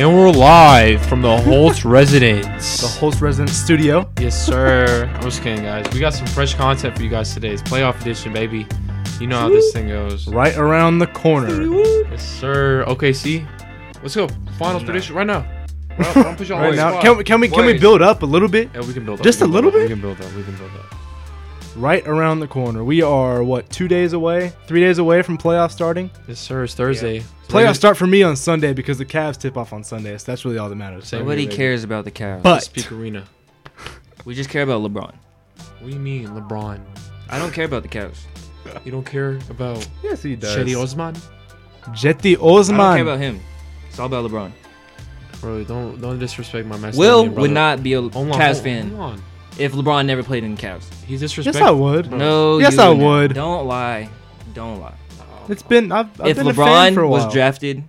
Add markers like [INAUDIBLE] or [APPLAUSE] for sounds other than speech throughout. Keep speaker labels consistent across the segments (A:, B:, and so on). A: And we're live from [LAUGHS] the Holtz
B: the
A: residence.
B: host resident studio.
A: yes, sir. I'm just kidding, guys. We got some fresh content for you guys today. It's playoff edition, baby. You know how this thing goes.
B: Right around the corner.
A: Yes, sir. OKC. Let's go. Finals prediction right now. Right, don't push on
B: [LAUGHS] Right
A: the
B: now,
A: spot.
B: can, we- can we can we
A: Boys.
B: build up a little bit?
A: Yeah, we can build up.
B: Just
A: we
B: a
A: can
B: little
A: build up.
B: bit?
A: We can build up. We can build up.
B: Right around the corner. We are what two days away, three days away from playoff starting.
A: Yes, sir. It's Thursday.
B: Playoffs start for me on Sunday because the Cavs tip off on Sunday, so that's really all that matters.
A: Same.
C: Nobody
A: baby.
C: cares about the Cavs.
B: But
A: Speak arena.
C: we just care about LeBron.
A: What do you mean, LeBron?
C: I don't care about the Cavs.
A: You don't care about
B: yes, he [LAUGHS] does.
A: Shetty Osman?
B: Jetty
C: I don't care
B: Osman.
C: about him. It's all about LeBron.
A: Bro, don't don't disrespect my message.
C: Will would not be a Cavs fan
A: Hold on.
C: if LeBron never played in the Cavs.
A: He's disrespectful.
B: Yes, I would.
C: No,
B: Yes,
C: you
B: I
C: wouldn't.
B: would.
C: Don't lie. Don't lie.
B: It's been I've, I've
C: if
B: been a fan for a
C: LeBron
B: while.
C: was drafted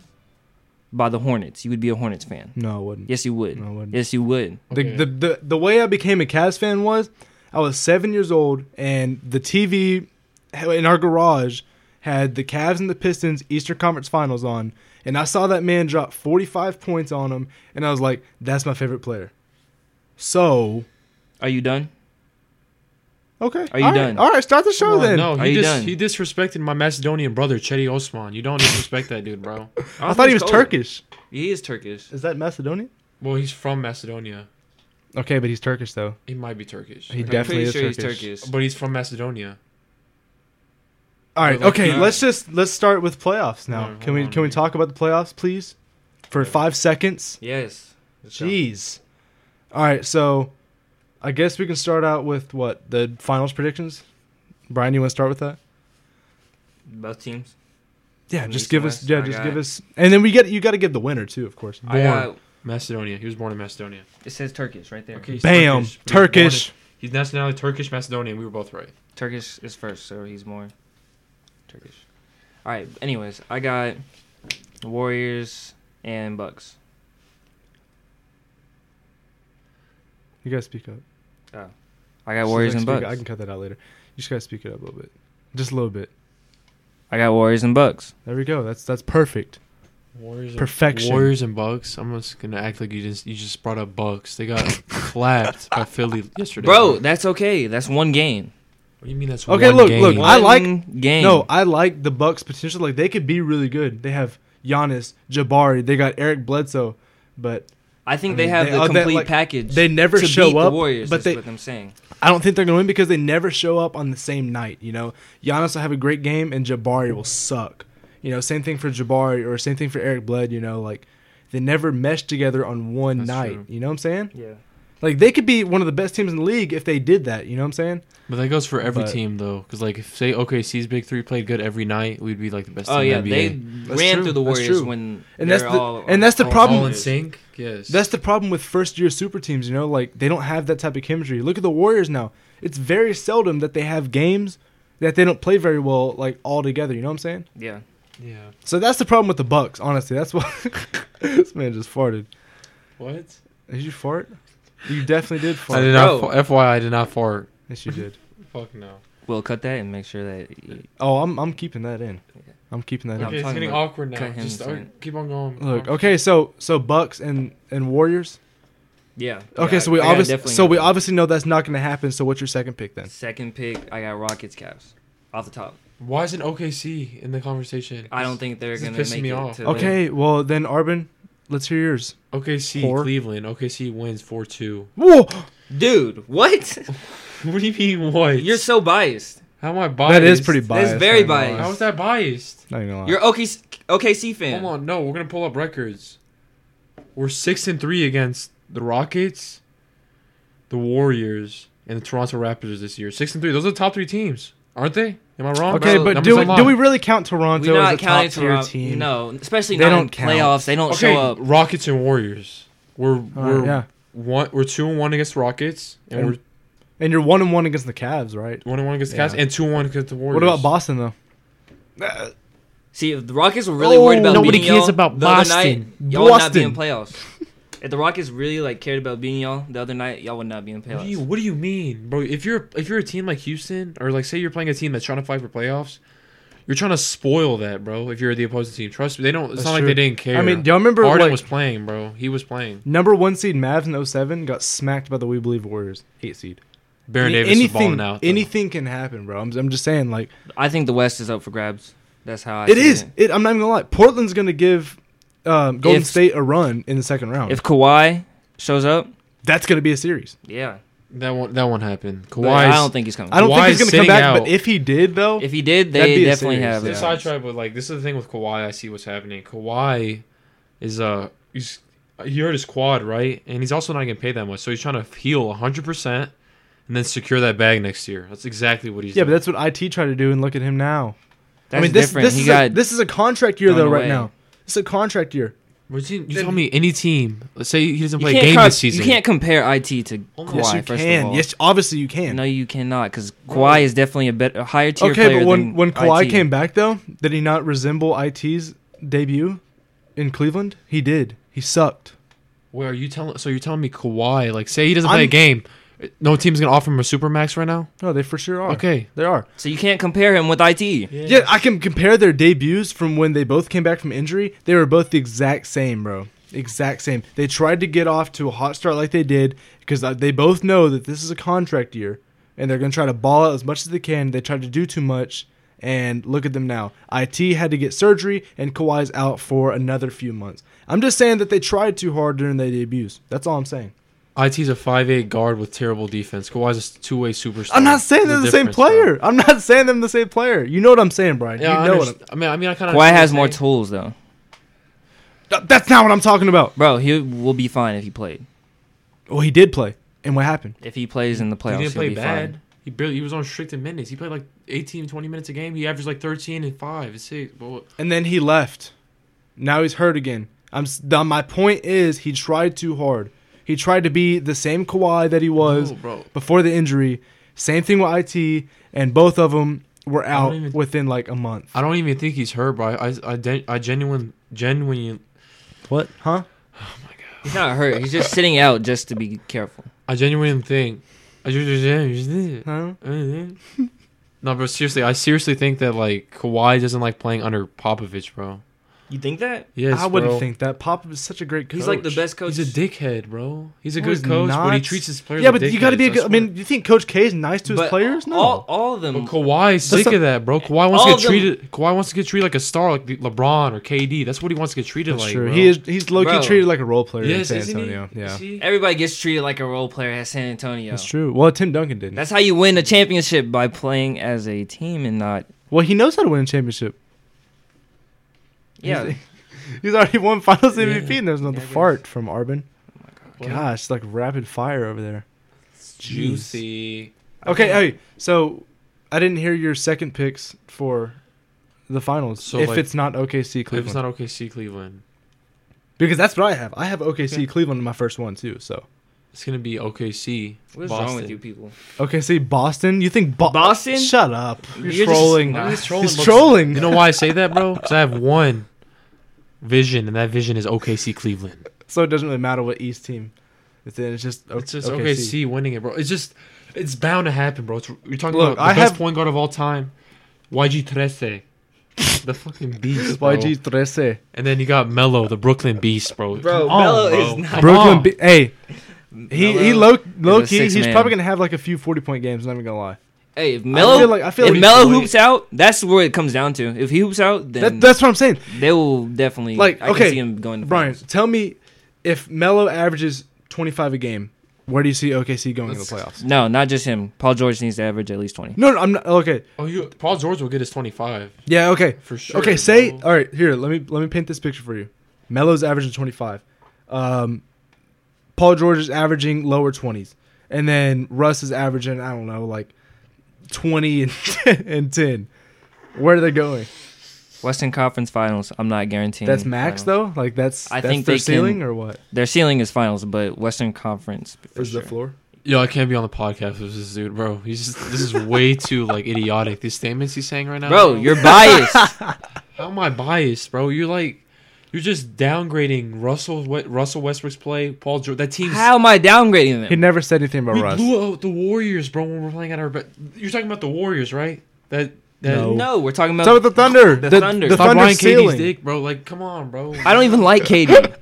C: by the Hornets, you would be a Hornets fan.
B: no, I wouldn't.
C: Yes, you would.
B: No, I wouldn't.
C: Yes, you would.
A: Okay.
B: The, the the the way I became a Cavs fan was I was seven years old and the TV in our garage had the Cavs and the Pistons Eastern Conference Finals on, and I saw that man drop 45 points on him, and I was like, "That's my favorite player." So
C: Are you done?
B: okay,
C: Are you
B: All right.
C: done?
B: All right, start the show
A: Come on,
B: then.
A: No,
C: Are
A: he,
C: you
A: dis-
C: done?
A: he disrespected my Macedonian brother, Chetty Osman. You don't disrespect that dude, bro.
B: I thought he was Turkish.
C: He is Turkish.
B: Is that Macedonian?
A: Well, he's from Macedonia.
B: Okay, but he's Turkish though.
A: He might be Turkish. Okay.
B: He
C: I'm
B: definitely
C: pretty
B: is
C: sure he's
B: Turkish.
C: Turkish.
A: But he's from Macedonia.
B: All right,
A: But, like,
B: okay.
A: yeah.
B: Let's just let's start with playoffs now.
A: No,
B: can
A: hold
B: we
A: on,
B: can we
A: man.
B: talk about the playoffs, please, for five seconds?
C: Yes. Let's go.
B: Jeez. All right, so I guess we can start out with what the finals predictions. Brian, you want to start with that?
C: Both teams.
B: Yeah,
C: From
B: just
C: East
B: give
C: to
B: us.
C: West,
B: Yeah,
C: I
B: just
C: got- Uh,
B: give us. And then we get you got to give the winner too, of course.
C: I
A: Born.
C: got,
A: Macedonia. He was born in Macedonia.
C: it says Turkish right there.
A: Okay, he's
B: Bam,
A: Turkish. but he was born in-
B: Turkish.
A: He's nationality Turkish, Macedonian. We were both right.
C: Turkish is first, so he's more Turkish. All right. Anyways, I got Warriors and Bucks.
B: You gotta speak up.
C: I got
B: Just
C: Warriors
B: like
C: and
B: speak-
C: Bucks.
B: I can cut that out later. You just gotta speak it up a little bit, just a little bit.
C: I got Warriors and Bucks.
B: There we go. That's that's perfect.
A: Warriors.
B: Perfection.
A: Warriors and Bucks. I'm just gonna act like you just you just brought up Bucks. They got [LAUGHS] clapped by Philly yesterday.
C: Bro, that's okay. That's one game.
A: What do you mean that's
B: Okay,
A: one
B: look,
A: game?
B: look, I
C: One
B: like-
C: game.
B: No, I like the Bucks potential. Like they could be really good. They have Giannis, Jabari. They got Eric Bledsoe, but
C: I think
B: I
C: they
B: mean,
C: have
B: they-
C: the
B: oh, they-
C: complete
B: like,
C: package.
B: they never
C: to
B: show
C: beat
B: up,
C: The Warriors,
B: but
C: that's
B: they-
C: what I'm saying.
B: I don't think they're going to win because they never show up on the same night. You know, Giannis will have a great game and Jabari will suck. You know, same thing for Jabari or same thing for Eric Bled. You know, like they never mesh together on one
A: That's
B: night.
A: true.
B: You know what I'm saying?
C: Yeah.
B: Like they could be one of the best teams in the league if they did that. You know what I'm saying?
A: But that goes for every
B: But-
A: team though, because like if say OKC's big three played good every night, we'd be like the best.
C: Oh
A: team
C: yeah,
A: in the
C: they
A: NBA.
C: ran
B: true,
C: through the
B: that's
C: Warriors
B: true.
C: when
B: And that's
C: they're
B: the-
C: all,
B: and that's the
C: all-
B: problem-
C: all
A: all in
C: in-
A: sync. Yes,
B: That's the problem with first year super teams. You know, like they don't have that type of chemistry. Look at the Warriors now. It's very seldom that they have games that they don't play very well like all together. You know what I'm saying?
C: yeah.
A: yeah.
B: So that's the problem with the Bucks. Honestly, that's why [LAUGHS] this man just farted.
A: What?
B: Did you fart? You definitely did fart.
A: I did not.
C: Bro.
A: Fa- FYI, I did not fart.
B: Yes, you did.
A: Fuck no.
C: We'll cut that and make sure that you-
B: Oh, I'm I'm keeping that in. I'm keeping that
C: No,
A: Okay,
B: in.
A: it's
C: I'm talking
A: getting
C: about
A: awkward now.
C: cut him
A: Just uh,
C: saying-
A: keep on going.
B: Look, oh. okay, so so Bucks and and Warriors.
C: yeah.
B: Okay,
C: Yeah,
B: so we
C: I got
B: obviously
C: definitely
B: so we
C: got-
B: obviously know that's not going to happen. So what's your second pick then?
C: Second pick, I got Rockets Cavs off the top.
A: Why isn't OKC in the conversation?
C: I don't think they're
A: This is
C: gonna
A: pissing
C: make
A: me
C: it.
A: off.
C: To
B: Okay, well then Arbin, let's hear yours.
A: OKC
B: Whore.
A: Cleveland. OKC wins four two.
B: Whoa,
C: the- dude, what? [LAUGHS]
A: What do you mean? What?
C: You're so biased.
A: How am I biased?
B: that is pretty biased.
C: very
B: I ain't gonna lie.
C: biased.
A: How is that biased?
B: Not even gonna lie.
C: You're OKC, OKC fan.
A: Hold on. No, we're gonna pull up records. We're six and three against the Rockets, the Warriors, and the Toronto Raptors this year. Six and three. Those are the top three teams, aren't they? Am I wrong?
B: okay,
C: bro,
B: but
A: numbers
B: do we,
A: don't lie.
B: do we really count Toronto as
C: We're
B: a top
C: not counting
B: tier
C: Toronto.
B: team?
C: No, especially
B: They
C: not
B: don't
C: in
B: count.
C: playoffs. They don't
A: Okay,
C: show up.
A: Rockets and Warriors. We're
B: All
A: we're
B: right, yeah,
A: one. We're two and one against Rockets, and,
B: And-
A: we're
B: and you're one and one against the Cavs, right?
A: one and one against the
B: Yeah.
A: Cavs, and two and one against the Warriors.
B: What about Boston though?
C: See, if the Rockets were really worried
B: Oh,
C: about
B: nobody
C: beating y'all
B: cares about
C: the other
B: Boston.
C: night, y'all would not be in
B: Boston.
C: playoffs. [LAUGHS] if the Rockets really like cared about beating y'all the other night, y'all would not be in
A: What do you
C: playoffs.
A: What do you mean, bro? If you're if you're a team like Houston, or like say you're playing a team that's trying to fight for playoffs, You're trying to spoil that, bro. If you're the opposing team, trust me, they don't. It's
B: That's
A: not
B: true.
A: like they didn't care.
B: I mean, do y'all remember
A: Harden
B: like,
A: was playing, bro. He was playing.
B: number one seed Mavs in 07 got smacked by the We Believe Warriors eight seed.
A: Baron
B: Any-
A: Davis
B: anything,
A: was balling out. though.
B: Anything can happen, bro. I'm, I'm just saying, like
C: I think the West is up for grabs. That's how I
B: it
C: see
B: is. It. I'm not even gonna lie. Portland's gonna give um, Golden
C: If-
B: State a run in the second round.
C: If Kawhi shows up,
B: That's gonna be a series.
C: yeah.
A: that one. That one happened.
C: But I don't
A: Kawhi.
C: think he's coming.
B: I don't
A: Kawhi's
B: think he's gonna come
A: sitting
B: back.
A: out.
B: But if he did, though,
C: If he did,
B: That'd
C: they
B: be a
C: definitely
B: series,
C: have uh,
B: yeah.
A: This
C: it.
A: side tribe, but like this is the thing with Kawhi. I see what's happening. Kawhi is uh he's he hurt his quad right, and he's also not getting paid that much, so he's trying to heal 100 percent and then secure that bag next year. That's exactly what he's.
B: yeah, but
A: doing.
B: that's what IT tried to do, and look at him now.
C: That's
B: I mean, this,
C: different.
B: this
C: he
B: is
C: got
B: a, this is a contract year
C: thrown
B: though, right
C: away.
B: now. It's a contract year.
A: What you, you
B: then-
A: tell me any team. Let's say he doesn't
C: you
A: play a
C: can't
A: game
C: com-
A: this season.
C: You can't compare IT to
A: Oh my-
C: Kawhi.
B: yes, you
C: first
B: can.
C: of all,
B: Yes, obviously you can.
C: no, you cannot because Kawhi is definitely a better, a higher tier player
B: okay, but when
C: than
B: when Kawhi
C: IT.
B: came back though, did he not resemble IT's debut in Cleveland? He did. He sucked.
A: Where are you telling? So you're telling me Kawhi? Like, say he doesn't play a
B: I'm-
A: game. No team's gonna offer him a super max right now.
B: No, they for sure are.
A: Okay.
B: they are.
C: so you can't compare him with IT.
B: Yeah. I can compare their debuts from when they both came back from injury. They were both the exact same, bro. Exact same. They tried to get off to a hot start like they did because uh, they both know that this is a contract year and they're going to try to ball out as much as they can. They tried to do too much, and look at them now. IT had to get surgery, and Kawhi's out for another few months. I'm just saying that they tried too hard during their debuts. That's all I'm saying.
A: It's a five eight guard with terrible defense. Kawhi's a two way superstar.
B: I'm not saying
A: There's
B: they're
A: a
B: the same
A: difference, bro.
B: player. I'm not saying they're the same player. You know what I'm saying, Brian.
A: Yeah,
B: you
A: I,
B: know what I'm
A: underst- I mean, I mean, I kind of.
C: Kawhi has more tools though,
B: Th- That's not what I'm talking about.
C: bro. He will be fine if he played.
B: Well, he did play. And what happened?
C: If he plays in the playoffs,
A: he
C: he
A: didn't play
C: will be
A: bad.
C: fine.
A: He barely. He was on restricted minutes. He played like 18, 20 minutes a game. He averaged like thirteen and five and six. Well,
B: And then he left. Now he's hurt again. I'm s- the, my point is he tried too hard. He tried to be the same Kawhi that he was
A: no, bro.
B: before the injury. Same thing with IT, and both of them were out
A: even-
B: within like a month.
A: I don't even think he's hurt, bro. I I, I, gen- I genuine genuinely
B: What? Huh?
C: He's not hurt. He's just sitting out just to be careful.
A: I genuinely think. I genuinely.
B: Huh?
A: Mm-hmm. no, but seriously, I seriously think that like Kawhi doesn't like playing under Popovich, bro.
C: You think that?
A: Yes,
B: I wouldn't
A: bro.
B: think that. Pop is such a great coach.
C: He's like the best coach.
A: He's a dickhead, bro. He's a
B: No,
A: good
B: he's
A: coach, but he
B: not.
A: treats his players.
B: Yeah,
A: like
B: but you got to be a
A: dickheads,
B: good. I mean, you think Coach K is nice to his
C: But
B: players? No.
C: all, all of them.
A: But Kawhi's
B: That's
A: sick of that, bro. Kawhi wants
C: All
A: to get
C: of them-
A: treated. Kawhi wants to get treated like a star, like the- LeBron or KD. That's what he wants to get treated
B: That's
A: like.
B: true.
A: bro.
B: He is. He's low key
C: Bro.
B: treated like a role player
A: Yes,
B: in
A: isn't
B: San Antonio.
A: he?
B: Yeah,
A: Is he?
C: Everybody gets treated like a role player at San Antonio.
B: that's true. Well, Tim Duncan didn't.
C: That's how you win a championship by playing as a team and not.
B: Well, he knows how to win a championship.
C: [LAUGHS] Yeah,
B: He's already won Finals
A: Yeah.
B: MVP, and there's another
C: Yeah, I guess.
B: fart from Arbin.
A: What?
B: Gosh, like rapid fire over there.
A: Juicy.
B: Okay, hey, so I didn't hear your second picks for the finals.
A: So,
B: if
A: like,
B: it's not OKC
A: If
B: Cleveland,
A: it's not OKC, Cleveland,
B: because that's what I have. I have OKC
A: Okay.
B: Cleveland in my first one too. So
A: it's gonna be OKC.
C: what's
A: Boston.
C: wrong with you people?
B: OKC Boston. You think Bo-
C: Boston?
B: Shut up! You're,
C: You're just-
B: trolling.
C: Nah.
A: He's trolling.
B: He's
A: bro.
B: trolling.
A: You know why I say that, bro? Because I have one vision, and that vision is OKC, Cleveland.
B: so it doesn't really matter what East team it's in. It's just, o-
A: It's just
B: OKC.
A: OKC winning it, bro. It's just it's bound to happen, bro. It's, you're talking
B: Look,
A: about the
B: I
A: best
B: have-
A: point guard of all time, YG Trece, the fucking beast, bro.
B: YG Trece.
A: And then you got Melo, the Brooklyn Beast, bro.
C: Bro,
A: Come on,
C: Melo
A: bro.
C: is not-
A: Come
B: Brooklyn.
A: on.
B: Be- hey, he he
C: Melo
B: low low
C: a
B: key.
C: six
B: He's
C: man.
B: probably gonna have like a few forty point games. Not even gonna lie.
C: Hey, if Melo,
B: feel like- I feel
C: if
B: like-
C: Melo hoops out, that's where it comes down to. If he hoops out, then
B: That, that's what I'm saying.
C: they will definitely
B: Like,
C: I can
B: okay,
C: see him going to
B: Brian,
C: finals.
B: tell me if Melo averages twenty five a game, where do you see OKC going in the playoffs?
C: No, not just him. Paul George needs to average at least twenty.
B: No, no, I'm not. Okay,
A: Oh, you Paul George will get his 25
B: yeah, okay,
A: for sure.
B: okay. Say
A: bro.
B: all right. Here, let me let me paint this picture for you. Melo's averaging twenty five. Um, Paul George is averaging lower twenties, and then Russ is averaging I don't know like twenty and [LAUGHS] and ten. Where are they going?
C: Western Conference Finals. I'm not guaranteeing.
B: That's max
C: finals.
B: though. Like that's
C: I
B: that's
C: think
B: their
C: they can-
B: ceiling or what?
C: Their ceiling is finals, but Western Conference for
B: Is
C: sure.
B: the floor?
A: yo, I can't be on the podcast with this dude, bro. He's just this is way too like idiotic. These statements he's saying right now,
C: Bro, you're
B: [LAUGHS]
C: biased.
A: How am I biased, bro? You're like, you're just downgrading Russell we- Russell Westbrook's play. Paul George, that team's
C: How am I downgrading
B: He
C: them?
B: never said anything about
A: we
B: Russ.
A: blew out the Warriors, bro. When we're playing at our, be- you're talking about the Warriors, right? That That-
B: No.
C: No, we're talking about.
B: Talk about the Thunder.
C: The
B: The, the Thunder.
C: Thunder. Stop
A: Stop Ryan Katie's
B: ceiling.
A: dick, bro. Like, come on, bro.
C: I don't even
B: [LAUGHS]
C: like KD.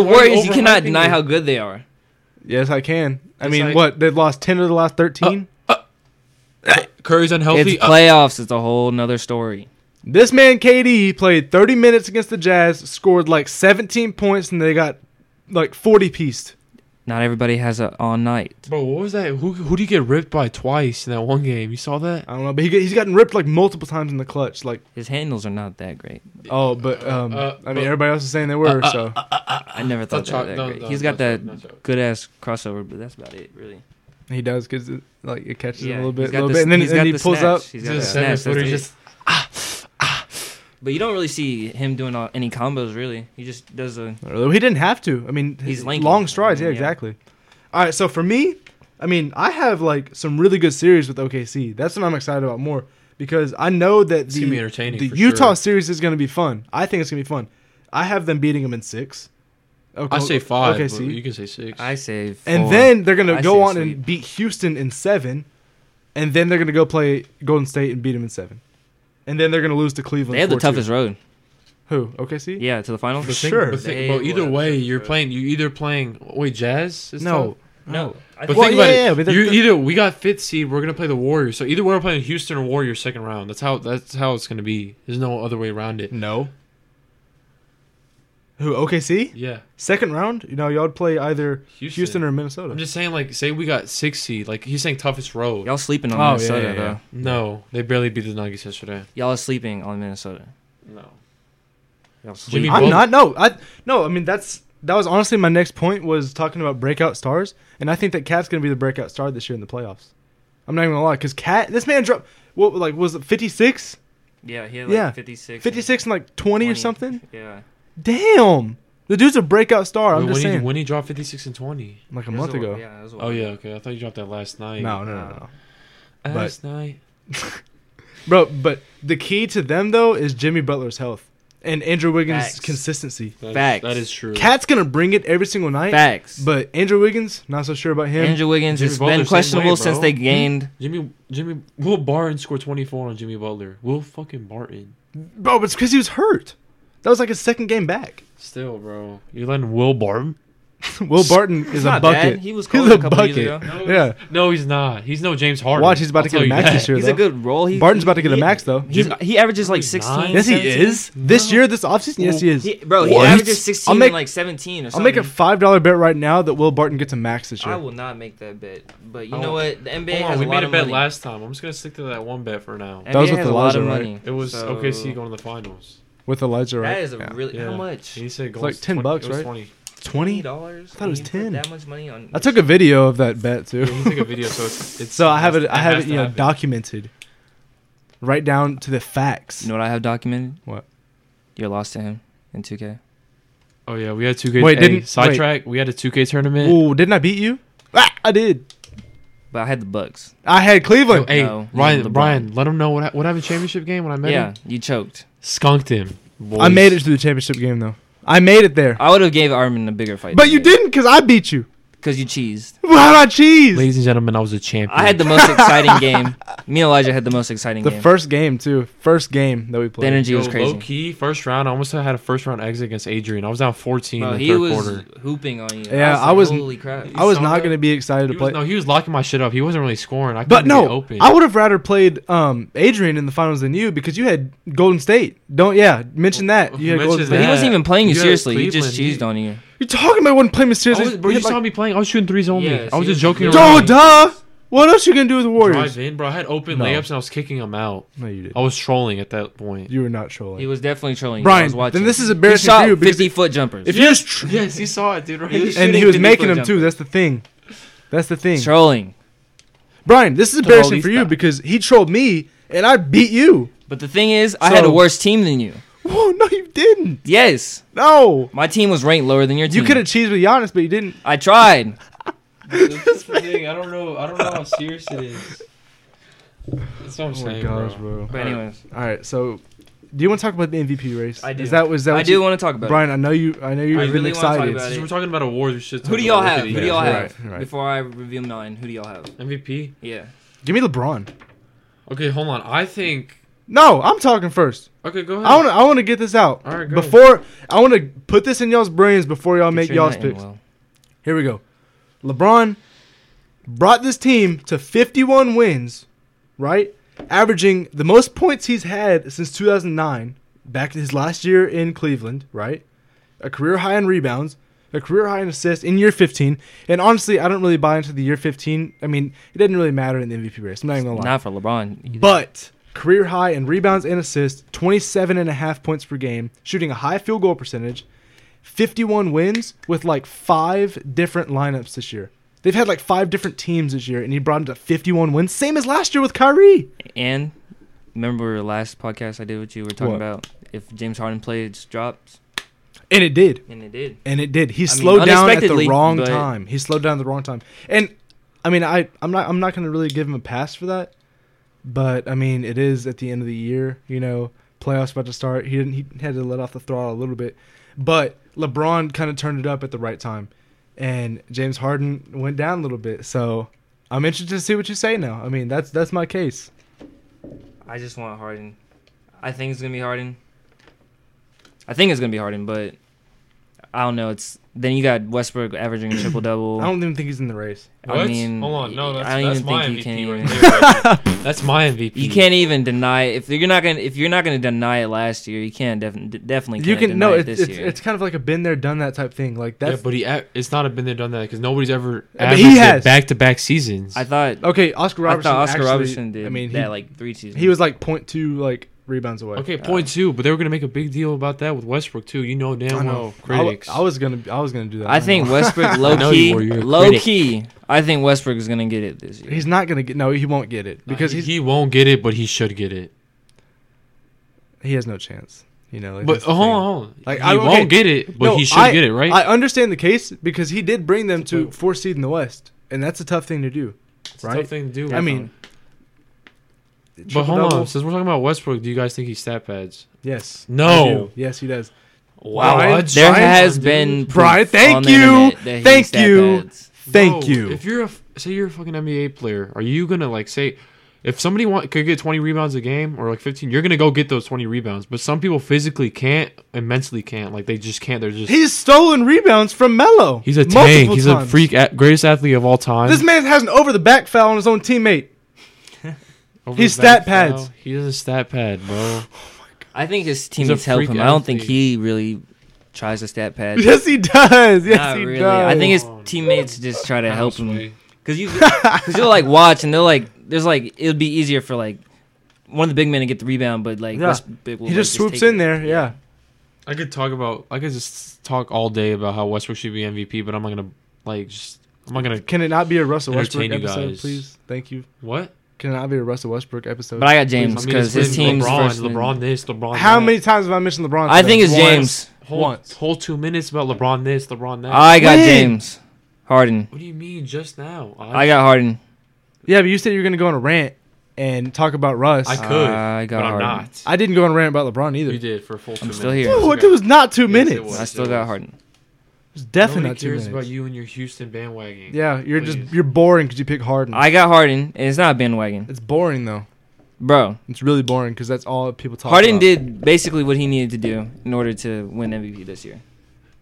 A: Why are
C: Warriors, you cannot
A: overhyping
C: deny
A: it?
C: how good they are.
B: Yes, I can. I
A: It's
B: mean,
A: like-
B: what? They've lost 10 of the last 13?
C: Oh.
A: Curry's unhealthy. Uh,
C: it's playoffs. It's a whole nother story.
B: This man KD played 30 minutes against the Jazz, scored like 17 points, and they got like 40 pieced.
C: Not everybody has a all night.
A: Bro, what was that? Who who did you get ripped by twice in that one game? You saw that?
B: I don't know, but he got, he's gotten ripped like multiple times in the clutch. Like,
C: His handles are not that great.
B: oh, but um,
A: Uh,
B: I mean,
A: uh,
B: everybody else is saying they were. so
C: I never thought
A: That's
C: they were
A: right.
C: that
A: No,
C: great.
A: no,
C: He's got
A: that's
C: that
A: right. That's right.
C: good ass crossover, but that's about it, really.
B: he does because it, like it catches
C: Yeah,
B: a little
C: he's
B: bit,
C: got
B: little
C: the-
B: bit, and then,
C: he's
B: and
C: got
B: he
C: the
B: pulls
C: snatch.
B: up.
C: He's
A: He's
C: got
A: a
C: the
A: seven
C: snatch.
A: footer,
C: That's
A: he
C: it. But you don't really see him doing all, any combos, really. He just does a.
B: Although he didn't have to. I mean,
C: He's
B: he's
C: lanky.
B: long strides. Yeah,
C: Yeah.
B: exactly. All right, so for me, I mean, I have like some really good series with OKC. That's what I'm excited about more because I know that
A: It's gonna be
B: the,
A: entertaining.
B: the
A: for
B: Utah
A: Sure.
B: series is going to be fun. I think it's going to be fun. I have them beating them in six.
A: I
B: Oklahoma-
A: say five. Okay,
B: OKC.
A: you can say six.
C: I say.
B: and
C: four.
B: then they're going
C: I
B: to
C: say
B: go on
C: sweep.
B: and beat Houston in seven, and then they're going to go play Golden State and beat them in seven, and then they're going to lose to Cleveland.
C: they have the
B: 4-2.
C: toughest road.
B: Who? OKC.
C: Yeah, to the finals.
B: For
A: But think-
B: sure.
A: But, think,
C: They
A: but either
C: were
A: way,
C: the
A: you're
C: first.
A: playing. You either playing. Wait, Jazz? is
B: No.
A: tough?
C: No, I
A: But
C: think-
B: Well,
A: think
B: yeah,
A: about
B: yeah,
A: it.
B: but that-
A: you
B: that-
A: either we got fifth seed. We're gonna play the Warriors. So either we're playing Houston or Warriors second round. That's how. That's how it's gonna be. There's no other way around it.
B: No. Who? OKC.
A: Yeah.
B: Second round, you know, y'all play either Houston,
A: Houston.
B: or Minnesota.
A: I'm just saying, like, say we got six seed. Like he's saying toughest road.
C: y'all sleeping on
B: Oh, yeah,
C: Minnesota
B: yeah, yeah.
A: No, they barely beat the Nuggets yesterday.
C: though. Y'all are sleeping on Minnesota.
A: No.
C: Y'all sleep.
A: Jimmy-
B: I'm
A: both-
B: not. No, I no. I mean, that's that was honestly my next point was talking about breakout stars, and I think that Cat's gonna be the breakout star this year in the playoffs. I'm not even gonna lie, because Cat, this man dropped what like was it 56,
C: yeah, he had
B: Yeah.
C: like fifty six.
B: 56 and like 20, or something.
C: Yeah.
B: Damn, the dude's a breakout star.
A: Wait,
B: I'm just
A: when,
B: saying,
A: he, when he dropped 56 and 20.
B: like a
C: It was
B: month
C: while-
B: ago.
C: Yeah, it was a
A: Oh
C: while.
A: yeah, okay. I thought you dropped that last night.
B: No, no,
A: uh,
B: no, no,
A: Last night.
B: bro. But the key to them though is Jimmy Butler's health and Andrew Wiggins'
C: Facts.
B: consistency.
A: That is-
C: Facts.
A: That is true.
B: Cat's gonna bring it every single night.
C: Facts.
B: But Andrew Wiggins, not so sure about him.
C: Andrew Wiggins
A: Jimmy
C: has
A: Butler, same
C: been
A: way,
C: questionable since
A: bro.
C: they gained.
A: Jimmy Jimmy Will Barton scored 24 on Jimmy Butler. Will fucking Barton.
B: Bro, it's because he was hurt. That was like his second game
C: [LAUGHS]
B: back.
A: Still, bro. You're letting Will Barton?
B: Will Barton is a
C: not
B: bucket.
C: bad. He was
B: [LAUGHS] He's
C: cold a couple years ago.
A: No,
B: [LAUGHS] Yeah.
A: No, he's not. He's no James Harden.
B: Watch, he's about to
A: I'll
B: get a
A: tell you
B: max
A: that.
B: this year.
C: He's
B: though.
C: a good role. He,
B: Barton's about to get a
C: he-
B: max though.
C: He's, he averages like
A: he's
C: 16.
A: not.
B: Yes, he
C: 17.
B: is. This
A: No.
B: year, this offseason, yes, he is.
C: He- bro, he
B: What?
C: averages 16
B: I'll make-
C: and like 17 or
B: I'll
C: something.
B: make a five dollar bet right now that Will Barton gets a max this year.
C: I will not make that bet. But you
A: I
C: know
A: won't.
C: what? The NBA
A: [LAUGHS] Hold on,
C: has
A: we
C: a lot
A: made a
C: of
A: bet
C: money.
A: last time. I'm just gonna stick to that one bet for now.
C: NBA
B: That was with
C: has a lot
B: Elijah,
C: of
B: right?
C: money.
A: It was
C: so-
A: OKC going to the finals.
B: With Elijah, right?
C: That is a
B: Yeah.
C: really
A: Yeah.
C: how much?
A: He said
B: like
A: goals
B: 10
A: 20
B: bucks,
A: it was
B: right? [LAUGHS]
A: 20.
B: twenty.
C: dollars.
B: thought it was 10.
C: That much money on.
B: I took a video of that bet
A: Yeah, he
B: too.
A: took a video, so it's, it's
B: so I have it.
A: that
B: I have
A: has
B: it,
A: to
B: you know,
A: happen.
B: documented. Right down to the facts.
C: You know what I have documented?
B: What?
C: Your loss to him in 2K.
A: Oh yeah, we had 2K.
B: Wait,
A: hey,
B: didn't-
A: sidetrack? We had a 2K tournament.
B: Ooh, didn't I beat you? Ah, I did.
C: But I had the Bucks.
B: I had
A: Yo,
B: Cleveland.
A: hey,
C: No,
A: Ryan,
C: LeBron.
A: Brian, let him know what ha- what happened championship game when I met
C: Yeah,
A: him.
C: you choked.
A: Skunked him. boys.
B: I made it to the championship game though. I made it there.
C: I would have gave Armin a bigger fight.
B: But you didn't because I beat you. [LAUGHS]
C: because you cheesed.
B: How about cheese?
A: Ladies and gentlemen, I was a champion.
C: I had the most [LAUGHS] exciting game. Me and Elijah had the most exciting
B: The
C: game.
B: first game too. First game that we
C: the
B: played.
C: energy was
A: Low
C: crazy.
A: key, first round. I almost had a first round exit against Adrian. I was down 14
C: Bro,
A: in the
C: he
A: third
C: was
A: quarter.
C: hooping on you.
B: Yeah,
C: I
B: I
C: was.
B: was-
C: like, Holy crap!
B: I was
A: saw
B: not
A: that?
B: going to be excited
A: He
B: to
A: was-
B: play.
A: no, he was locking my shit up. He wasn't really scoring. I couldn't
B: but
A: get
B: no,
A: open.
B: I would have rather played um, Adrian in the finals than you because you had Golden State. Don't yeah, mention that you had
A: Mention
B: Golden
C: But
B: State.
C: he
A: that.
C: wasn't even playing you
A: Yeah,
C: seriously. He just
A: Cleveland,
C: cheesed
A: he-
C: on you.
B: You're talking about one playing
A: I
B: seriously.
A: was, bro,
B: He
A: you
B: had, like,
A: saw me playing. I was shooting threes only.
C: Yes,
A: I was
C: he
A: just
C: was-
A: joking
C: Duh,
A: around.
B: oh duh! What else you gonna do with the Warriors?
A: Drive in, bro. I had open
B: No.
A: layups and I was kicking them out.
B: No, you didn't.
A: I was trolling at that
B: [LAUGHS]
A: point.
B: You were not
C: He
B: trolling.
C: was definitely trolling. you. I was
B: Brian,
C: watching.
B: then this is
C: he
B: embarrassing
C: shot
B: for you because
C: fifty foot jumpers.
B: if
C: If
B: you was tr-
A: Yes, you saw it, dude. Right?
C: He
B: [LAUGHS]
C: was
B: and he
C: shooting
B: was
C: 50
B: making
C: foot
B: them too.
C: jumper.
B: That's the thing. That's the thing.
C: trolling.
B: Brian, this is embarrassing for you
C: Trollista.
B: because he trolled me and I beat you. [LAUGHS]
C: But the thing is, I had
B: So-
C: a worse team than you.
B: Whoa, no, you didn't.
C: Yes,
B: No.
C: my team was ranked lower than your team.
B: You could have cheesed with Giannis, but you didn't.
C: I tried.
A: [LAUGHS] That's the thing. I
B: [LAUGHS]
A: don't know. I don't know how serious it is. That's what I'm saying, bro.
C: But
A: Alright.
C: anyways,
B: All right, so do you want to talk about the MVP race?
C: I do.
B: Is that was that?
C: I
B: what
C: do
B: you-
C: want to talk about
B: Brian, I know you. I know you're
C: I
B: really,
C: really wanna talk
B: excited.
C: about
A: Since
C: it.
A: we're talking about awards, we should.
C: it.
A: talk
C: Who do
A: about
C: y'all
A: rookie of
C: have?
A: the
C: Who do
A: year.
C: y'all
B: Yeah,
C: have?
B: right, right.
C: Before I reveal mine, who do y'all have?
A: MVP.
C: Yeah.
B: Give me LeBron.
C: Yeah.
A: Okay, hold on. I think.
B: No, I'm talking first.
A: Okay, go ahead.
B: I want to I want to get this out
A: All right, go.
B: before I want to put this in y'all's brains before y'all
C: Get
B: make
C: your
B: y'all's
C: nut in,
B: picks.
C: Will.
B: Here we go. LeBron brought this team to 51 wins, right? Averaging the most points he's had since 2009, back in his last year in Cleveland, right? A career high in rebounds, a career high in assists in year 15. And honestly, I don't really buy into the year 15. I mean, it didn't really matter in the MVP race. I'm not even going to lie.
C: Not for LeBron. either.
B: But career high in rebounds and assists, 27 and a half points per game, shooting a high field goal percentage, 51 wins with like five different lineups this year. They've had like five different teams this year, and he brought them to 51 wins, same as last year with Kyrie.
C: and remember last podcast I did with you, we were talking
B: What?
C: about if James Harden plays drops,
B: And it did.
C: and it did.
B: And it did. He
C: mean,
B: slowed down at the
C: unexpectedly,
B: wrong
C: but-
B: time. He slowed down at the wrong time. And I mean, I I'm not I'm not going to really give him a pass for that. But I mean, it is at the end of the year, you know, playoffs about to start. He didn't he had to let off the throttle a little bit. But LeBron kind of turned it up at the right time. And James Harden went down a little bit. So I'm interested to see what you say now. I mean, that's that's my case.
C: I just want Harden. I think it's gonna be Harden. I think it's gonna be Harden, but I don't know. It's then you got Westbrook averaging a triple double.
B: I don't even think he's in the race.
C: I mean,
A: hold on. No,
C: I
A: that's,
C: don't
A: that's
C: even
A: my
C: think
A: MVP
C: he can [LAUGHS]
A: right
B: [LAUGHS]
C: even-
A: there. that's my MVP.
C: You can't even deny if you're not gonna if you're not gonna deny it last year. You can't definitely definitely can't
B: You can
C: deny
B: no,
C: it
B: it's
C: this
B: it's,
C: year.
B: it's kind of like a been there, done that type thing. Like
A: Yeah,
B: that's
A: but he a- it's not a been there done that because nobody's ever
B: Yeah, but
A: averaged
B: he has.
A: back to back seasons.
C: I thought
B: okay. Oscar
C: I
B: Robertson.
C: thought Oscar
B: actually-
C: Robertson did.
B: I mean, he
C: that like three seasons.
B: He was like 0.2 like rebounds away.
A: okay,
C: uh,
A: point two. But they were gonna make a big deal about that with Westbrook too. You know
B: I
A: damn well,
B: know. I, wa-
A: critics.
B: I was gonna I was gonna do that.
C: I think
B: know. [LAUGHS]
A: [LAUGHS]
C: Westbrook
A: I
C: low
A: know you
C: key,
A: were, you're a
C: low
A: critic.
C: key. I think Westbrook is gonna get it this year.
B: he's not gonna get. No, he won't get it
A: Nah,
B: because
A: he,
B: he's,
A: he won't get it, but he should get it.
B: he has no chance. You know. like,
A: But
B: that's the
A: hold on,
B: thing.
A: hold on.
B: Like,
A: he
B: I- okay.
A: won't get it, but
B: No,
A: he should
B: I-
A: get it, right?
B: I understand the case because he did bring them to
A: Wait.
B: fourth seed in the West, and that's a tough thing to do.
A: it's a
B: right?
A: tough thing to do.
B: I mean,
A: but hold
B: triple-double,
A: on. Since we're talking about Westbrook, do you guys think he's stat pads?
B: Yes.
A: No.
B: I do. Yes, he does.
A: Wow,
B: Brian,
A: a
C: there
A: giant
C: has
A: dude.
C: been proof
B: Brian, thank
C: on the
B: you.
C: internet that he's
B: Thank
C: stat
B: you.
C: pads.
B: Thank
A: No,
B: you.
A: If you're a f- say you're a fucking NBA player, are you gonna like say if somebody want, could get 20 rebounds a game or like 15, you're gonna go get those 20 rebounds. But some people physically can't, immensely can't. Like they just can't. They're just
B: He's stolen rebounds from Melo.
A: he's a tank.
B: multiple
A: He's a
B: times.
A: freak, a- greatest athlete of all time.
B: This man has an over the back foul on his own teammate.
A: Over
B: he's
A: the back
B: stat pads.
A: foul. He is a stat pad, bro.
C: I think his teammates help
A: freak
C: him. I don't think
A: athlete.
C: he really tries to stat pad.
B: [LAUGHS] Yes, he does. Yes,
C: Not
B: he
C: really.
B: does.
C: I think his
A: Come on,
C: teammates just try to help him.
A: Sway.
C: Cause you, cause you'll like watch and they'll like, there's like, it would be easier for like one of the big men to get the rebound, but like
B: Yeah.
C: Westbrook will,
B: he
C: like,
B: just swoops
C: take it.
B: in there. Yeah.
A: I could talk about. I could just talk all day about how Westbrook should be MVP, but I'm not gonna like. Just I'm not gonna
B: Can it not be a Russell Westbrook
A: Entertain you
B: episode,
A: guys.
B: please? Thank you.
A: what?
B: Can it not be a Russell Westbrook episode?
C: But I got
A: I
C: James
A: mean,
C: because
A: it's
C: his
A: been
C: team's
A: LeBron,
C: first-
A: LeBron this, LeBron.
B: How
A: that.
B: many times have I mentioned LeBron?
C: I
B: today?
C: think it's
B: Once.
C: James.
A: whole,
B: Once.
A: whole two minutes about LeBron this, LeBron that.
C: Uh, I got
B: When?
C: James Harden.
A: what do you mean just now?
C: I got Harden.
B: Yeah, but you said you were gonna go on a rant and talk about Russ.
A: I
B: I,
A: could,
C: Uh, I
A: but
C: got
A: I'm
C: Harden.
A: not.
B: didn't go on a rant about LeBron either.
A: you did for a full. Two
C: I'm still
A: minutes.
C: here.
B: Oh,
A: Okay.
B: it was not two
A: Yes, it
B: minutes.
A: was.
C: I still got Harden.
B: It's definitely
A: Nobody
B: not two
A: cares
B: minutes.
A: about you and your Houston bandwagon.
B: Yeah, you're just
A: Please.
B: you're boring because you pick Harden.
C: I got Harden, and it's not a bandwagon,
B: it's boring though.
C: bro.
B: It's really boring because that's all people talk.
C: Harden
B: about.
C: did basically what he needed to do in order to win MVP this year.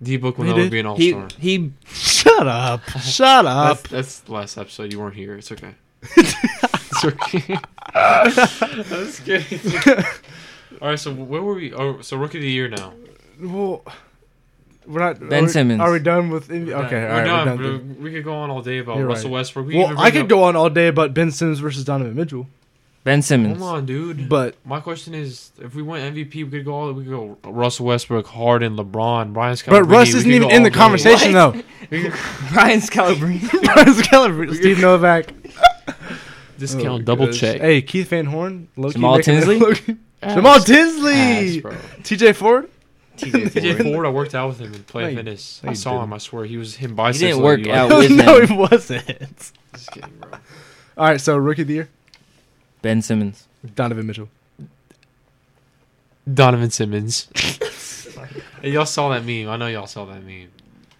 A: D book
B: He
A: will
B: did.
A: never be an all
C: He
A: star.
C: he
B: Shut up. Shut up.
A: That's, that's the last episode. You weren't here. It's
B: [LAUGHS]
A: okay. it's okay. [LAUGHS] I'm just
B: [LAUGHS]
A: kidding. All right, so where were we? Oh, so rookie of the year now.
B: Well, we're not.
C: Ben
B: are we-
C: Simmons.
B: Are we done with? Okay, all
A: We're
B: right,
A: done.
B: we're done.
A: We're done. We could go on all day about
B: You're
A: Russell
B: right.
A: Westbrook. We
B: Well,
A: even
B: I
A: bring
B: could go on all day about Ben Simmons versus Donovan Mitchell,
C: Ben
A: up-
C: Simmons. [LAUGHS]
A: Come on, dude.
B: but
A: My question is, if we went MVP, we could go all. We could go Russell Westbrook, Harden, LeBron, Brian Scott.
B: but Russ isn't even in the conversation though.
C: Brian Scalabrini.
B: [LAUGHS] Russ
A: [LAUGHS]
B: Calabria, Steve Novak,
A: Discount,
B: Oh,
A: double
B: gosh.
A: check.
B: Hey, Keith Van Horn, low
C: Jamal
B: [LAUGHS]
C: Tinsley?
B: Jamal Tinsley, [LAUGHS]
A: bro.
B: T.J. Ford.
A: TJ
C: TJ Ford.
A: Ford, I worked out with him in play
B: No, you-
A: fitness.
B: no,
A: I
B: you
A: saw
B: didn't.
A: him. I swear, he was him bisexual.
C: work
A: like-
C: out.
B: [LAUGHS] no,
C: with
B: it
C: him.
B: wasn't.
A: [LAUGHS] Just kidding, bro.
B: All right, so rookie of the year,
C: Ben Simmons.
B: Donovan Mitchell.
A: Donovan Simmons. [LAUGHS] Hey, y'all saw that meme. I know y'all saw that meme.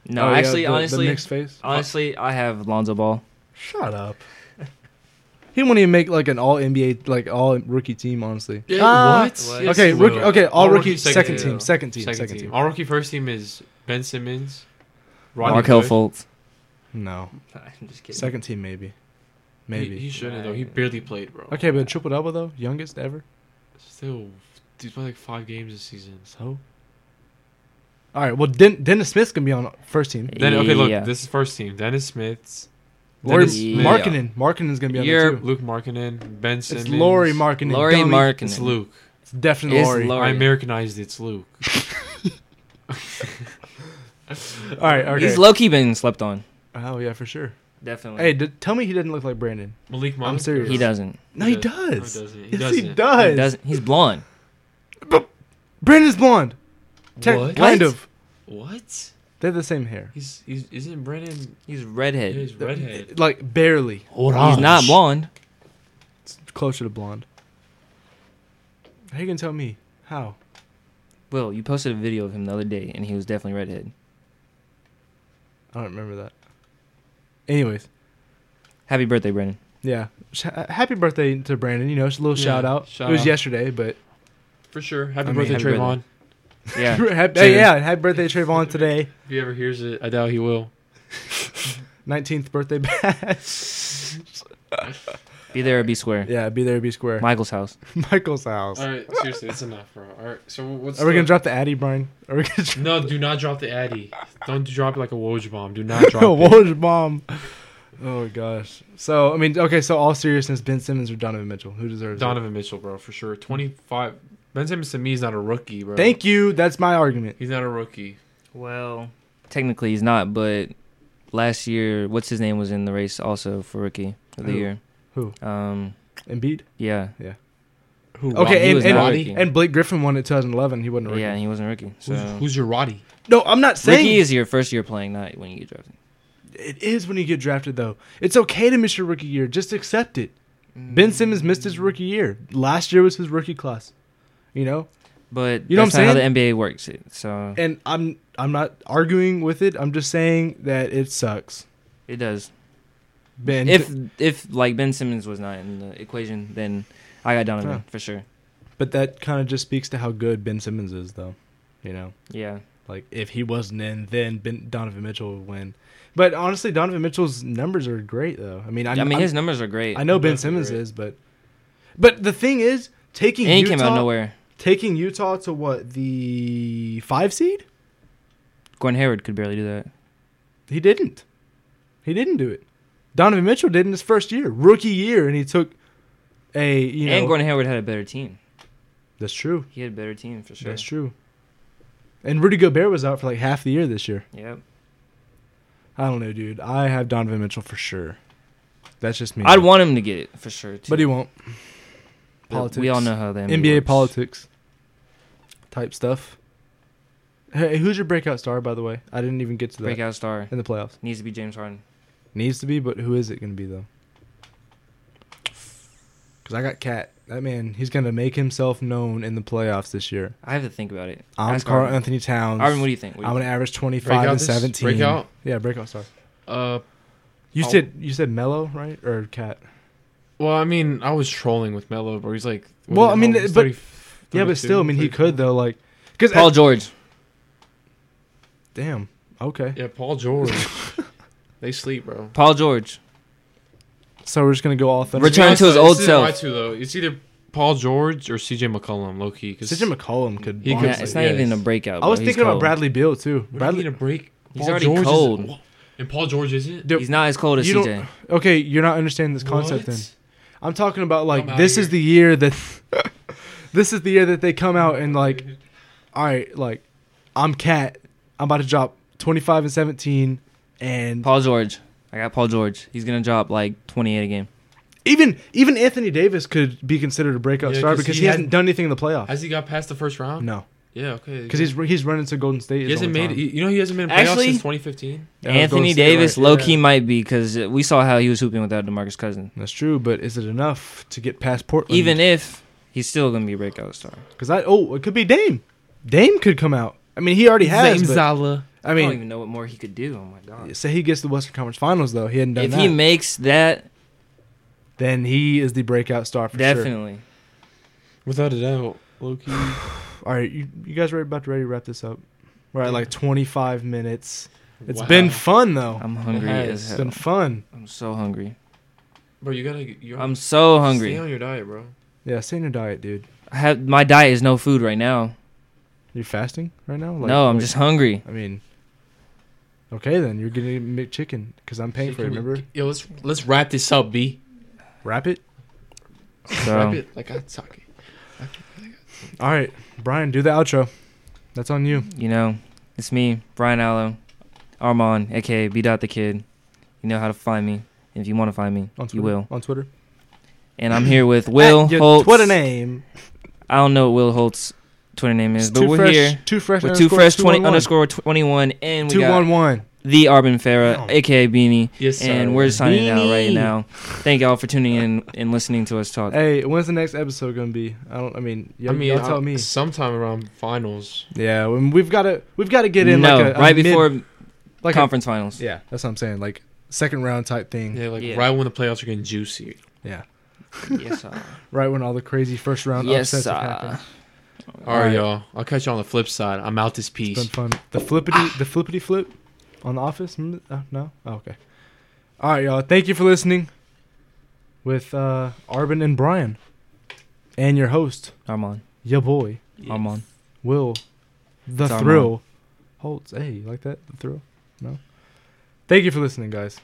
C: No,
B: Oh, yeah,
C: actually,
B: the- the
C: honestly,
B: mixed face.
C: honestly, I have Lonzo Ball.
B: Shut up. He won't even make like an all NBA, like all rookie team, honestly.
C: Ah,
A: what?
C: what?
A: Yes,
B: okay,
A: he
B: rookie,
A: will.
B: okay, all, rookie, second,
C: second
B: team,
C: team.
B: second team,
A: Second
B: second,
A: team.
B: team.
A: All rookie first team is Ben Simmons, Rodney
C: Markel
A: Hood. [LAUGHS]
C: Fultz.
B: No,
C: I'm just kidding.
B: second team maybe,
A: He-
B: maybe.
A: he, shouldn't though. He barely played, bro.
B: okay, but triple double though, youngest ever.
A: Still, he's played like five games this season.
B: So, all right. Well, Den- Dennis Smith's gonna be on first team.
A: Then okay, look,
C: Yeah.
A: this is first team. Dennis Smiths,
B: Lori
A: Dennis
C: Smith.
B: Markkinen, Markkinen's gonna be on there
A: You're
B: too.
A: Luke Markkinen, Ben Simmons.
B: It's Lori Markkinen.
C: Lori
B: dummy.
C: Markkinen.
A: It's Luke.
B: It's definitely
C: It's
B: Lori.
C: Lo-
A: I
C: Lori.
A: Americanized. it, It's Luke.
B: all right. Okay.
C: He's low key been slept on.
B: oh yeah, for sure.
C: Definitely.
B: Hey, d- tell me he didn't look like Brandon.
A: Malik Monk.
B: I'm serious.
C: he doesn't.
B: No, he
A: does. No, he
B: does.
A: doesn't. He
B: Yes, he
A: doesn't.
B: does.
C: He doesn't. He's blonde.
B: Brandon's blonde. Tech,
A: What?
B: Kind
C: What?
B: of.
A: What?
B: They have the same hair.
A: He's he's isn't Brennan
C: He's redhead.
A: his
B: uh,
A: redhead?
B: Like barely.
C: He's not blonde.
B: It's closer to blonde. How you gonna tell me? How?
C: Will, you posted a video of him the other day, and he was definitely redhead.
B: I don't remember that. Anyways,
C: Happy birthday, Brennan.
B: yeah. Sh- uh, happy birthday to Brandon. You know, just a little
A: Yeah,
B: shout out.
A: shout
B: it was
A: out.
B: yesterday, but
A: for sure. Happy
C: I mean,
A: birthday,
C: happy
A: Trayvon.
C: birthday.
B: [LAUGHS]
C: Yeah.
B: happy,
C: Cheers.
B: hey, [LAUGHS] yeah. Happy birthday, Trayvon. Today,
A: If he ever hears it, I doubt he will.
B: nineteenth birthday [LAUGHS] bash.
C: Be there or be square.
B: yeah, be there, be square.
C: Michael's house.
B: [LAUGHS] Michael's house.
A: All right, seriously, it's enough, bro. All right, so what's?
B: Are we
A: the-
B: gonna drop the Addy, Brian? Are we gonna drop
A: No, do not drop the Addy. Don't drop it like a Woj bomb. Do
B: [LAUGHS]
A: not drop.
B: what
A: it.
B: was your mom? Oh gosh. So I mean, okay. So all seriousness, Ben Simmons or Donovan Mitchell, who deserves it?
A: Donovan Mitchell, bro, for sure. Twenty five. Ben Simmons to me is not a rookie, bro.
B: Thank you. That's my argument.
A: He's not a rookie.
C: Well, technically he's not, but last year, what's his name was in the race also for rookie of the
B: Who?
C: year.
B: Who?
C: Um,
B: Embiid.
C: yeah,
A: Who?
B: Okay,
C: he
B: and-
C: was
B: and-
C: not a rookie.
B: And Blake Griffin won it 2011. He wasn't a rookie.
C: yeah, and he wasn't a rookie. So
A: who's, who's your Roddy?
B: No, I'm not saying
C: rookie is your first year playing, not when you get drafted.
B: it is when you get drafted though. It's okay to miss your rookie year. Just accept it. Ben Simmons missed his rookie year. Last year was his rookie class. You know,
C: But
B: You know
C: that's
B: what I'm
C: not
B: saying?
C: how the NBA works. It so
B: and I'm I'm not arguing with it. I'm just saying that it sucks.
C: it does.
B: Ben,
C: If if like Ben Simmons was not in the equation, then I got Donovan
B: Huh.
C: for sure.
B: but that kind of just speaks to how good Ben Simmons is, though. You know.
C: Yeah,
B: Like if he wasn't in, then ben, Donovan Mitchell would win. But honestly, Donovan Mitchell's numbers are great though. I mean, I,
C: i mean his numbers are great.
B: I know Ben
A: Definitely
B: Simmons
A: great.
B: is, but but the thing is, taking
C: and he
B: Utah,
C: came out of nowhere.
B: taking Utah to what the five seed?
C: Gordon Hayward could barely do that.
B: He didn't. He didn't do it. Donovan Mitchell did in his first year, rookie year, and he took a you know.
C: and Gordon Hayward had a better team.
B: that's true.
C: He had a better team for sure.
B: That's true. And Rudy Gobert was out for like half the year this year.
C: Yep.
B: I don't know, dude. I have Donovan Mitchell for sure. That's just me.
C: I'd want him to get it for sure. Too.
B: But he won't.
C: But
B: Politics.
C: We all know how the NBA,
B: NBA
C: works.
B: politics type stuff. Hey, who's your breakout star, by the way? I didn't even get to that
C: breakout star
B: in the playoffs.
C: needs to be James Harden.
B: Needs to be, but who is it going to be, though? Because I got Cat. That man, he's going to make himself known in the playoffs this year.
C: I have to think about it.
B: I'm
C: Ask
B: Carl
C: Arvin.
B: Anthony Towns.
C: Arvin, what do you think? What do
B: I'm
C: you
B: going to
C: think?
B: average 25
A: Breakout
B: and
A: this-
B: 17.
A: breakout?
B: Yeah, breakout star.
A: Uh,
B: You
A: Oh.
B: said you said Mello, right? Or Cat?
A: well, I mean, I was trolling with Melo, bro. He's like, what
B: Well,
A: the
B: I mean,
A: hell, he's
B: but-
A: 30
B: Yeah, but still, I mean, he
A: 32,
B: could, though. Like, because
C: Paul George.
B: Damn. Okay.
A: 34. Yeah, Paul
B: [LAUGHS]
A: George. they sleep, bro.
C: Paul George.
B: So we're just gonna go all thunder.
C: Rich- Return to his old
A: This is
C: self.
A: My two though. It's either Paul George or C.J. McCollum, low key. Cause
B: CJ McCollum could.
A: He
C: Nah,
A: could-
C: it's not
A: yeah,
C: even a
A: it's-
C: breakout.
B: I
C: bro.
B: was
C: He's
B: thinking about
C: cold.
B: Bradley Beal too.
A: What do you
B: Bradley.
A: need a break?
C: He's already
A: is-
C: cold.
A: and Paul George isn't.
B: Dude,
C: He's not as cold as
B: You don't-
C: CJ.
B: Okay, you're not understanding this concept.
A: What?
B: Then I'm talking about
A: I'm
B: like
A: outta
B: this is
A: here.
B: the year that [LAUGHS] this is the year that they come out and like, all right, like I'm cat. I'm about to drop 25 and 17, and
C: Paul George. I got Paul George. He's gonna drop like 28 a game.
B: even even Anthony Davis could be considered a breakout
A: Yeah,
B: star
A: 'cause
B: because
A: he
B: he, hasn't
A: had-
B: done anything in the playoffs.
A: Has he got past the first round?
B: no,
A: Yeah, okay.
B: because he's he's running to Golden
A: he
B: State. his
A: hasn't
B: only
A: made.
B: time.
A: You you know he hasn't been in playoffs
C: Actually-
A: since 2015.
B: Yeah, Golden
C: Anthony
B: State,
C: Davis,
A: right,
C: low
A: yeah.
C: key might be because we saw how he was hooping without Demarcus Cousins.
B: That's true, but is it enough to get past Portland?
C: Even if he's still gonna be a breakout star.
B: Because I oh, it could be Dame. Dame could come out. I mean, he already has. but-
A: Zala.
B: I
C: I don't
B: mean,
C: even know what more he could do. Oh my god.
B: say he gets the Western Conference Finals though. He hadn't done
C: if
B: that.
C: he makes that
B: then he is the breakout star for sure.
C: Definitely.
A: Without a doubt. Low key.
B: [SIGHS] All right, you, you guys are about to ready to wrap this up. We're at like 25 minutes. It's
A: It's
B: been fun though.
C: I'm hungry
A: It
C: as
A: has
B: It's
C: hell.
B: been fun.
C: I'm so hungry.
A: Bro, you gotta. You're,
C: I'm so
A: Stay on
C: hungry.
A: your diet, bro.
B: Yeah, stay on your diet, dude.
C: I have my diet is no food right now.
B: You're fasting right now? Like-
C: No, I'm
B: like-
C: just hungry.
B: [LAUGHS] I mean, okay then. You're getting McChicken because I'm paying for it.
A: Can we-
B: Remember?
A: Yo, let's let's wrap this up, B.
B: Wrap it.
C: So-
A: Wrap it like I talk it.
B: All right, Brian, do the outro. That's on you.
C: You know, it's me, Brian Allo, Armand, aka B Dot the Kid. You know how to find me. And if you want to find me,
B: On Twitter.
C: you will.
B: On Twitter.
C: And I'm
B: [LAUGHS]
C: here with Will
B: At your
C: Holtz.
B: Twitter name.
C: I don't know what Will Holt's Twitter name is,
B: It's
C: but
B: too
C: we're
B: fresh.
C: here
B: Too fresh.
C: with two fresh twenty
B: 211.
C: underscore twenty one, and we
B: Two
C: got
B: one one.
C: the Arbin Farah,
B: Damn.
C: aka Beanie.
A: Yes, sir.
C: And we're signing out right
B: Oh. Beanie. Uh,
C: now. Thank y'all for tuning in and listening to us talk.
B: Hey, when's the next episode gonna be? I don't. I mean, y-
A: I mean,
B: y'all tell
A: I-
B: me.
A: Sometime around finals.
B: Yeah, when we've got to. We've got to get in.
C: no,
B: like a, a
C: right
B: mid-
C: before
B: like a-
C: conference finals.
B: yeah, that's what I'm saying. Like second round type thing.
A: Yeah, like
C: Yeah.
A: right when the playoffs are getting juicy.
B: Yeah.
C: Yes, sir.
B: Right when all the crazy first round
C: yes,
B: upsets
C: sir.
B: have
A: uh,
B: happened.
A: All right,
B: right.
A: y'all. I'll catch you on the flip side. I'm out this piece.
B: It's been fun. The flippity, the flippity flip on the office. Mm, uh, no, oh, okay. All right, y'all. Thank you for listening. With uh, Arbin and Brian, and your host,
C: Armand.
B: your boy
C: Armand.
B: Will, the
C: It's Armand.
B: Thrill, Holtz. Hey, you like that? The Thrill. No. Thank you for listening, guys.